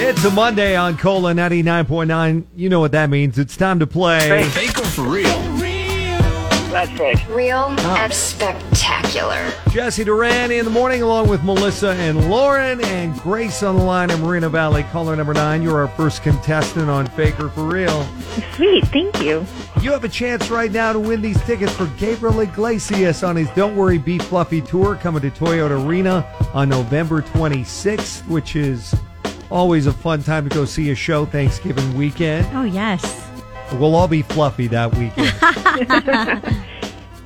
It's a Monday on Cola 99.9. You know what that means. It's time to play. Fake or for real? That's fake. Real and spectacular. Jesse Duran in the morning, along with Melissa and Lauren and Grace on the line in Marina Valley. Caller number nine, you're our first contestant on Faker for Real. Sweet, thank you. You have a chance right now to win these tickets for Gabriel Iglesias on his Don't Worry Be Fluffy tour coming to Toyota Arena on November 26th, which is always a fun time to go see a show Thanksgiving weekend. Oh, yes. We'll all be fluffy that weekend.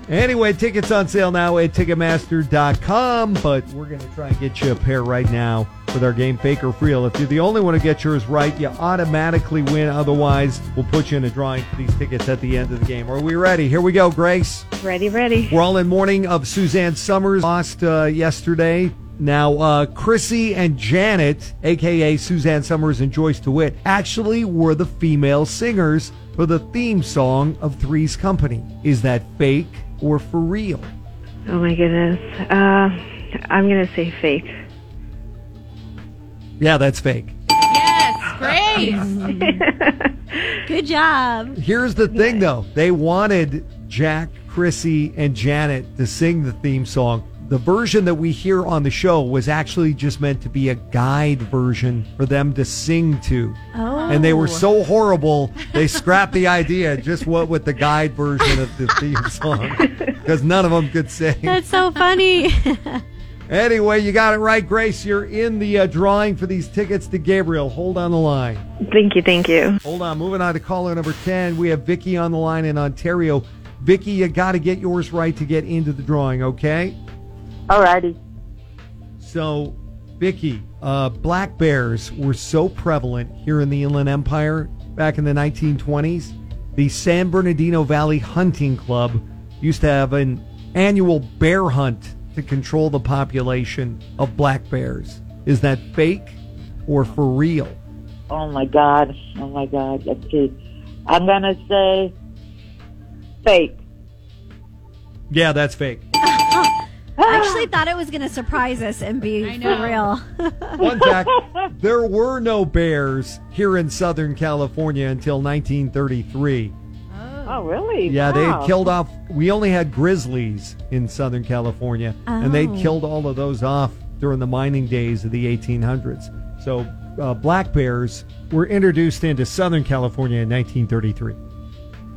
anyway, tickets on sale now at Ticketmaster.com, but we're going to try and get you a pair right now with our game Fake or Real. If you're the only one to get yours right, you automatically win. Otherwise, we'll put you in a drawing for these tickets at the end of the game. Are we ready? Here we go, Grace. Ready, ready. We're all in mourning of Suzanne Summers, lost uh, yesterday. Now, uh, Chrissy and Janet, aka Suzanne Summers and Joyce DeWitt, actually were the female singers for the theme song of Three's Company. Is that fake or for real? Oh my goodness. Uh, I'm gonna say fake. Yeah, that's fake. Yes, great. Good job. Here's the thing, though. They wanted Jack, Chrissy, and Janet to sing the theme song. The version that we hear on the show was actually just meant to be a guide version for them to sing to. Oh. And they were so horrible, they scrapped the idea, just went with the guide version of the theme song because none of them could sing. That's so funny. Anyway, you got it right, Grace. You're in the uh, drawing for these tickets to Gabriel. Hold on the line. Thank you, thank you. Hold on, moving on to caller number 10. We have Vicky on the line in Ontario. Vicky, you got to get yours right to get into the drawing, okay? Alrighty. So, Vicky, uh, black bears were so prevalent here in the Inland Empire back in the 1920s. The San Bernardino Valley Hunting Club used to have an annual bear hunt to control the population of black bears. Is that fake or for real? Oh my god. Oh my god. Let's see. I'm gonna say fake. Yeah, that's fake. I actually thought it was going to surprise us and be for real. One fact there were no bears here in Southern California until 1933. Oh really? Yeah, they Wow. had killed off, we only had grizzlies in Southern California, and they Oh. killed all of those off during the mining days of the 1800s. So, uh, black bears were introduced into Southern California in 1933.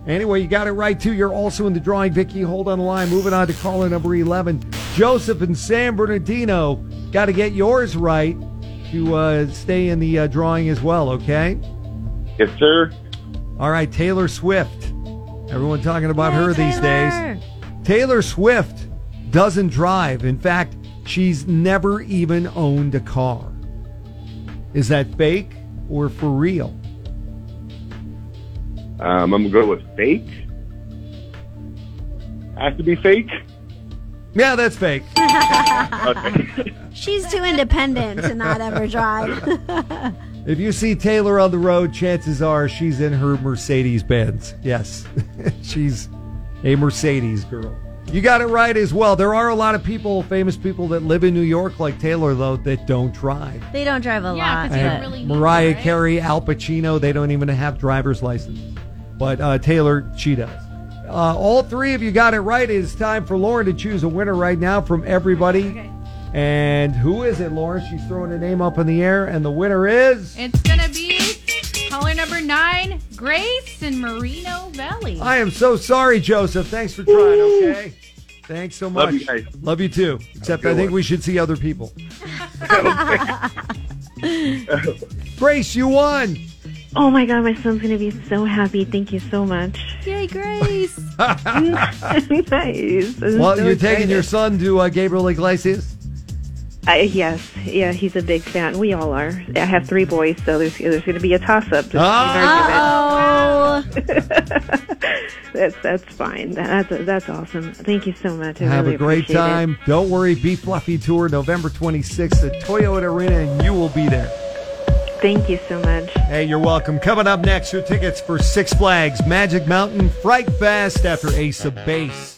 Anyway, you got it right too. You're also in the drawing, Vicky. Hold on the line. Moving on to caller number 11, Joseph and San Bernardino. Got to get yours right to uh, stay in the uh, drawing as well. Okay. Yes, sir. All right, Taylor Swift. Everyone talking about her these days. Taylor Swift doesn't drive. In fact, she's never even owned a car. Is that fake or for real? Um, I'm gonna go with fake. Has to be fake. Yeah, that's fake. She's too independent to not ever drive. If you see Taylor on the road, chances are she's in her Mercedes Benz. Yes, she's a Mercedes girl. You got it right as well. There are a lot of people, famous people that live in New York, like Taylor, though, that don't drive. they don't drive a Yeah, lot. 'cause you don't And really need Mariah to, right? Carey, Al Pacino, they don't even have driver's licenses. But uh, Taylor, she does. Uh, all three of you got it right. It is time for Lauren to choose a winner right now from everybody. And who is it, Lauren? She's throwing a name up in the air, and the winner is. It's gonna be caller number nine, Grace in Merino Valley. I am so sorry, Joseph. Thanks for trying, okay? Thanks so much. Love you guys. Love you too. Except good I think one. we should see other people. Grace, you won. Oh my god, my son's gonna be so happy. Thank you so much. Yay, Grace. nice. Well, you're taking your son to uh, Gabriel Iglesias. I, yes, yeah, he's a big fan. We all are. I have three boys, so there's there's gonna be a toss up. Ah! Uh-oh. that's that's fine. That- That's that's awesome. Thank you so much. I Have really a great appreciate it. time. Don't worry, Be Fluffy Tour, November 26th at Toyota Arena, and you will be there. Thank you so much. Hey, you're welcome. Coming up next, your tickets for Six Flags, Magic Mountain, Fright Fest after Ace of Base.